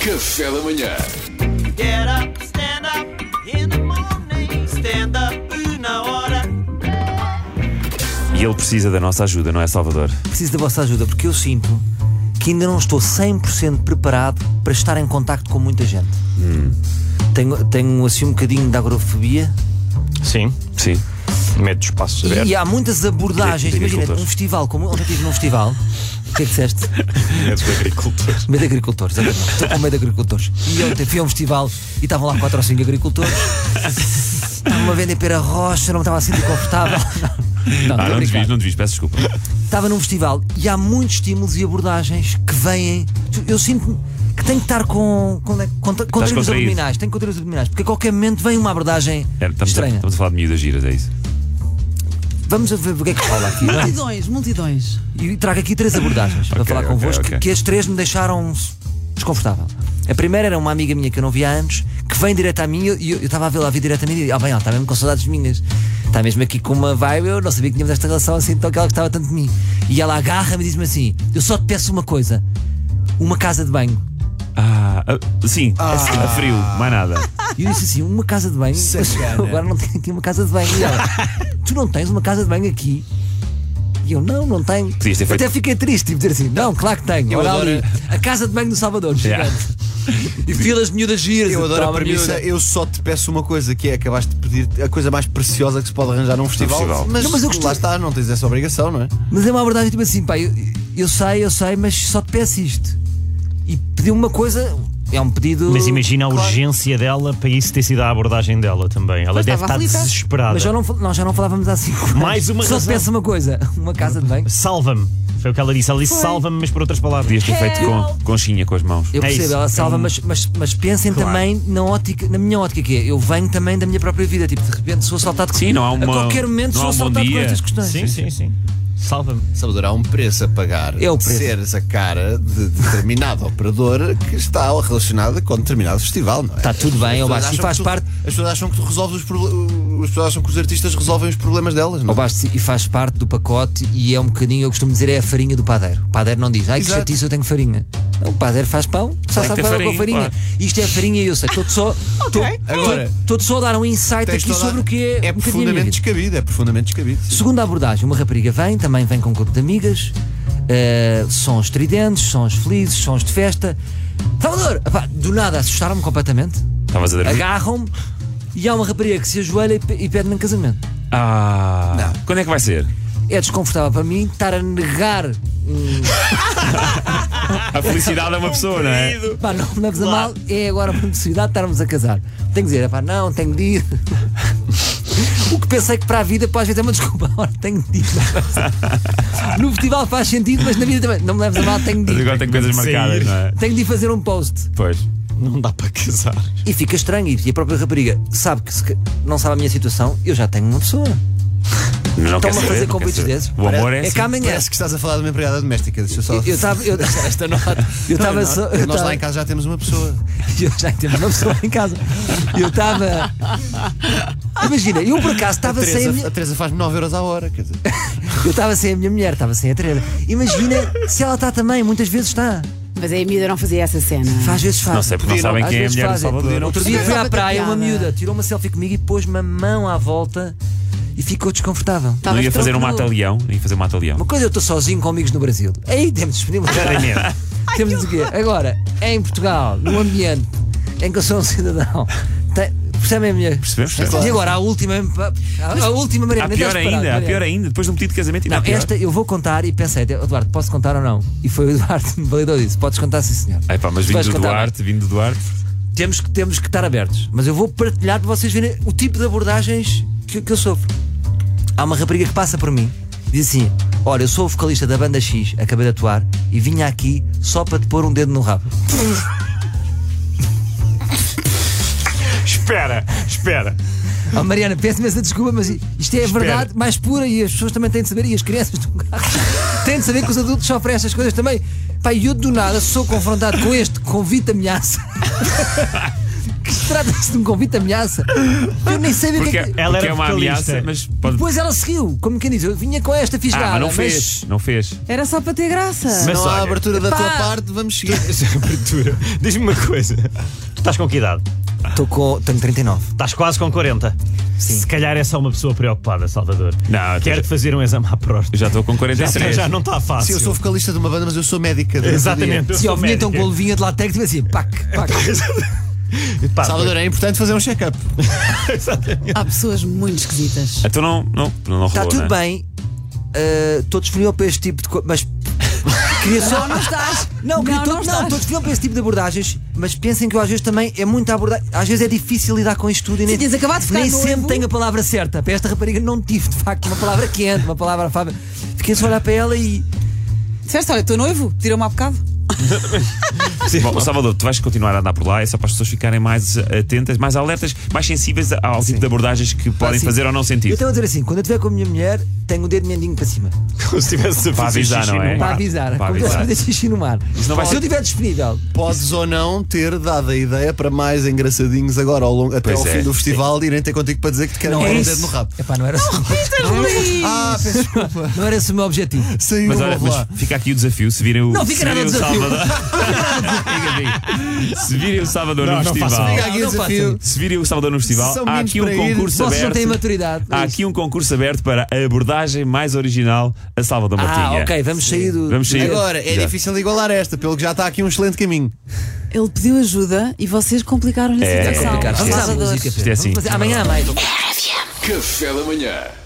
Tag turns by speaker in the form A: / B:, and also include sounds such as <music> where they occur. A: Café da manhã.
B: Get up, stand up in the morning. Stand up na hora.
C: E ele precisa da nossa ajuda, não é, Salvador?
D: Preciso da vossa ajuda porque eu sinto que ainda não estou 100% preparado para estar em contacto com muita gente. Tenho, tenho assim um bocadinho de agrofobia
E: Sim,
C: Sim.
E: mete espaços
D: e,
E: abertos.
D: há muitas abordagens.
C: Diga- diga,
D: Imagina,
C: agricultores.
D: um festival, como ontem estive num festival. O que é que disseste?
E: Mete os agricultores.
D: Meio de agricultores, exatamente. Estou com meio de agricultores. E ontem fui a um festival e estavam lá quatro ou cinco agricultores. Estavam a vender pera rocha, não me estava assim de confortável. Não,
C: Ah,
D: estou a
C: não
D: brincar.
C: devias, não devias, peço desculpa. É,
D: Estava num festival e há muitos estímulos e abordagens que vêm. Eu sinto que tenho que estar com, com, com, com contrarios
C: contraído.
D: abdominais. Tenho contrarios abdominais, porque a qualquer momento vem uma abordagem
C: É, estamos, a,
D: estranha.
C: estamos a falar de miúdas giras, é isso?
D: Vamos a ver o que é que fala aqui.
F: Multidões, multidões.
D: E trago aqui três abordagens para
C: Ok,
D: falar
C: ok,
D: convosco,
C: ok.
D: que as três me deixaram desconfortável. A primeira era uma amiga minha que eu não via há anos, que vem direto a mim e eu- e eu estava a vê-la vir direto a mim e digo, ah bem, ela está mesmo com saudades minhas. Está mesmo aqui com uma vibe, eu não sabia que tínhamos esta relação assim, então que ela gostava tanto de mim. E ela agarra-me e diz-me assim: Eu só te peço uma coisa, uma casa de banho.
C: Ah, ah, sim, a frio, mais nada.
D: E eu disse assim: Uma casa de banho? Mas <laughs> eu agora não tenho aqui uma casa de banho. E ela: Tu não tens uma casa de banho aqui? E eu: Não, não tenho.
C: Podias ter feito-
D: Até fiquei triste, tipo, dizer assim: Não, claro que tenho. Olha
G: adoro-
D: ali, a casa de banho do Salvador,
C: Yeah.
D: gigante. <laughs> E filas de miúdas giras.
G: Eu adoro a
D: toma,
G: premissa.
D: miúda.
G: Eu só te peço uma coisa, que é acabaste de pedir a coisa mais preciosa que se pode arranjar num festival.
C: festival.
G: Mas,
D: Não, mas eu
G: lá
D: gostei.
G: está, não tens essa obrigação, não é?
D: Mas é uma abordagem tipo assim: Pá, eu, eu sei, eu sei, mas só te peço isto. E pediu uma coisa, é um pedido.
E: Mas imagina a
D: claro.
E: urgência dela para isso ter sido a abordagem dela também. Ela
F: Mas
E: deve
F: estava
E: estar
F: aflita.
E: desesperada.
D: Mas já não, fal- nós já não falávamos há cinco anos.
E: Mais uma
D: Só te
E: razão.
D: peço uma coisa: uma casa de banho.
E: Salva-me. Foi o que ela disse. Ela disse salva-me, mas por outras palavras.
C: Podias ter feito com conchinha com as mãos.
D: Eu
E: É
D: percebo,
E: isso.
D: ela salva, mas, mas, mas pensem
E: Claro.
D: também na, ótica, na minha ótica, que é eu venho também da minha própria vida. Tipo, de repente sou assaltado com-
C: Sim, não há uma-
D: A qualquer momento
C: não
D: sou
C: há um bom
D: assaltado com
C: dia.
D: estas questões.
E: Sim, sim, sim. Salva-me.
G: Salvador, há um preço a pagar.
D: É o
G: de
D: preço.
G: Seres a cara de determinado <laughs> operador que está relacionada com determinado festival, não é?
D: Está Tá tudo
G: As
D: bem,
G: pessoas
D: ó Vasco,
G: acham
D: e faz
G: que tu-
D: parte-
G: As pessoas acham que tu resolves os problemas. As pessoas acham que os artistas resolvem os problemas delas, não
D: Ó,
G: é?
D: Basti, e faz parte do pacote e é um bocadinho, eu costumo dizer, é a farinha do padeiro. O padeiro não diz, ai que
G: Exato.
D: chatice, eu tenho farinha. Não, o padeiro faz pão, só
C: Tem que
D: sabe
C: ter
D: fazer
C: farinha,
D: com a farinha.
C: claro.
D: Isto é a farinha, eu sei. Estou só, estou-
G: Agora-
D: estou só a dar um insight
G: Tens
D: aqui
G: toda a-
D: sobre o que é.
G: É
D: um bocadinho a minha
G: profundamente
D: vida.
G: descabido, é profundamente descabido. sim.
D: Segunda abordagem, uma rapariga vem, também vem com um grupo de amigas, eh, sons tridentes, sons felizes, sons de festa. Salvador! Epá, do nada assustaram-me completamente,
C: Estavas a dormir?
D: agarram-me e há uma rapariga que se ajoelha e pe- e pede-me em casamento.
C: Ah, quando é que vai ser?
D: É desconfortável para mim estar a negar.
C: A felicidade é uma pessoa, não é?
D: Pá, não me leves a mal, é agora uma possibilidade de estarmos a casar. Tenho que dizer, epá, não, tenho de ir. <laughs> o que pensei que para a vida, pá, às vezes é uma desculpa. <laughs> Ora, tenho de ir. No festival faz sentido, mas na vida também. Não me leves a mal, tenho de
C: Mas
D: ir.
C: agora tem coisas marcadas,
E: Sim.
C: não é?
D: Tenho de ir fazer um post.
C: Pois.
E: Não dá para casar.
D: E fica estranho. E a própria rapariga sabe que se ca- não sabe a minha situação, eu já tenho uma pessoa.
C: Não, não quer
D: Estão-me a
C: saber,
D: fazer
C: não quer
D: convites
C: saber.
D: desses.
C: O amor é,
D: É
C: assim.
D: que amanhã.
G: Parece que estás a falar de uma empregada doméstica. Deixa eu só.
D: Eu estava. Eu
G: <laughs> Esta nota.
D: eu estava
G: Nós-
D: só. eu
G: Nós
D: tava-
G: lá em casa já temos uma pessoa.
D: E <laughs> eu já temos uma pessoa em casa. Eu estava. Imagina, eu por acaso
G: A
D: estava sem a
G: Teresa,
D: minha.
G: a Teresa faz-me 9 euros à hora. Quer dizer.
D: Eu estava sem a minha mulher, estava sem a Teresa. Imagina se ela está também, muitas vezes tá. está.
F: Mas a miúda não fazia essa cena.
D: Às vezes faz.
C: Não sei, porque não
G: Pediram,
C: sabem
D: Às
C: quem é a
D: vezes
C: mulher do
D: fazem.
C: Salvador.
D: Outro dia
F: Não
D: fui à
F: sabe da
D: praia, uma
F: piada.
D: miúda tirou uma selfie comigo e pôs-me a mão à volta e ficou desconfortável.
C: Não ia fazer um
F: Estavas tronco nu.
C: mata-leão. Ia fazer um mata-leão.
D: Uma coisa eu estou sozinho com amigos no Brasil. Aí temos disponibilidade.
C: Tem medo.
D: <laughs> temos de quê? Agora, em Portugal, num ambiente em que eu sou um cidadão, tem, percebem a minha.
C: Percebemos? Percebemos?
D: E agora, a última. A, a última
C: Há
D: Mariana.
C: Ah, pior
D: deixa-me parar,
C: ainda, há
D: Mariana.
C: pior ainda. Depois de um pedido de casamento, ainda há
D: Não,
C: pior.
D: esta eu vou contar e pensei, Eduardo, posso contar ou não? E foi o Eduardo que me validou isso. Podes contar, sim, senhor.
C: Ai, pá, mas vindo
D: Vais
C: do
D: contar,
C: Duarte, vindo do Duarte.
D: Temos que, temos que estar abertos. Mas eu vou partilhar para vocês verem o tipo de abordagens que, que eu sofro. Há uma rapariga que passa por mim e diz assim: Olha, eu sou o vocalista da banda X, acabei de atuar e vinha aqui só para te pôr um dedo no rabo.
E: Espera, espera.
D: Oh, Mariana, peço-me essa desculpa, mas isto é a verdade mais pura e as pessoas também têm de saber, e as crianças do carro têm de saber que os adultos sofrem estas coisas também. Pai, eu do nada sou confrontado com este convite de ameaça. Que Trata-se de um convite de ameaça. Eu nem sabia o que
C: Porque
D: é que.
E: Ela
C: porque
E: era
C: é uma
E: vocalista.
C: ameaça, mas pode.
D: Depois ela seguiu, como quem diz, eu vinha com esta, fiz
C: ah,
D: nada.
C: mas não fez, não fez.
F: Era só para ter graça.
E: Mas
G: Não há
E: olha,
G: abertura da
D: Epá!
G: tua parte, vamos seguir.
E: abertura. Diz-me uma coisa. Tu estás com que idade?
D: Tô com, tenho 39.
E: Estás quase com 40.
D: Sim.
E: Se calhar é só uma pessoa preocupada, Salvador.
C: Não, eu
E: Quero-te
C: já-
E: fazer um exame à próstata.
C: Eu já estou com
E: Já,
C: 43.
E: já não está
G: Sim,
E: fácil.
G: eu sou vocalista de uma banda, mas eu sou médica. durante o
E: Exatamente.
G: dia.
E: Eu
D: Se
E: sou
D: eu vinha então com a
E: médica.
D: luvinha de latex, tipo assim,
C: <laughs>
D: pac, pac.
C: Então
E: Pá,
G: Salvador, é importante fazer um check-up.
F: Há pessoas muito <laughs> esquisitas.
C: Então não, não, não, não
D: Está
C: rolou,
D: Tá
C: né?
D: tudo bem. Estou disponível para este tipo de coisa. Mas. <laughs> Queria só.
F: Oh, Não estás?
D: Não, queria
F: não,
D: todo-
F: não
D: não,
F: estás.
D: estou disponível para este tipo de abordagens, mas pensem que eu às vezes também é muito abordagem. Às vezes é difícil lidar com isto tudo e nem,
F: tinhas acabado de ficar
D: nem
F: noivo.
D: sempre tenho a palavra certa. Para esta rapariga não tive, de facto, uma palavra quente, uma palavra afável. Fiquei só a olhar para ela e.
F: Disseste, olha, teu noivo, tirou-me há bocado.
C: Bom, Salvador, tu vais continuar a andar por lá, é só para as pessoas ficarem mais atentas, mais alertas, mais sensíveis ao tipo de abordagens que podem
D: sim.
C: fazer ou não
D: assim, Eu
C: sentir.
D: estou a dizer assim: quando eu estiver com a minha mulher, tenho o dedo mindinho para cima.
E: Como se tivesse a
C: Para
E: fazer
C: avisar,
E: xixi
C: não
E: no
C: é?
E: mar.
D: Para avisar.
C: para
D: Como se
C: avisar.
D: eu tivesse xixi no mar.
C: não vai
D: Se
C: ser-
D: eu estiver disponível.
G: Podes ou não ter dado a ideia para mais engraçadinhos agora, ao longo, até
C: Pois
G: ao
C: é.
G: fim do festival, irem ter contigo para dizer que te querem
D: Não,
G: pôr
D: é
G: um
D: isso.
G: dedo no rabo.
D: Epá, não era só-
G: Ah, peço <laughs> desculpa.
D: não era esse o
C: <laughs>
D: meu objetivo.
G: Saiu,
C: Mas olha,
G: vou lá.
C: mas fica aqui o desafio, se virem o,
D: Não, fica
C: se
D: nada
C: virem o
D: o desafio.
C: Salvador. <laughs> Fica aqui. se virem o Salvador
E: Não,
C: no
E: não façam
C: festival.
G: Fica aqui
D: Não,
G: é o
D: não façam
G: desafio.
C: Se virem o Salvador no festival,
G: São
C: há
G: meninos
C: aqui um
G: para ir.
C: concurso
D: Vocês não
C: aberto.
D: têm maturidade.
C: Há aqui um concurso aberto para a abordagem mais original a Salvador
D: Ah,
C: Martinha.
D: ok, vamos sair do.
C: Vamos sair.
G: Agora, é
C: Já.
G: difícil igualar esta, pelo que já está aqui um excelente caminho.
F: Ele pediu ajuda e vocês complicaram-lhe a
C: É,
F: situação.
C: complicaram.
D: Vamos à
F: Salvador.
D: música.
C: Isto é assim.
D: Vamos fazer- Amanhã há mais.
A: Café da manhã.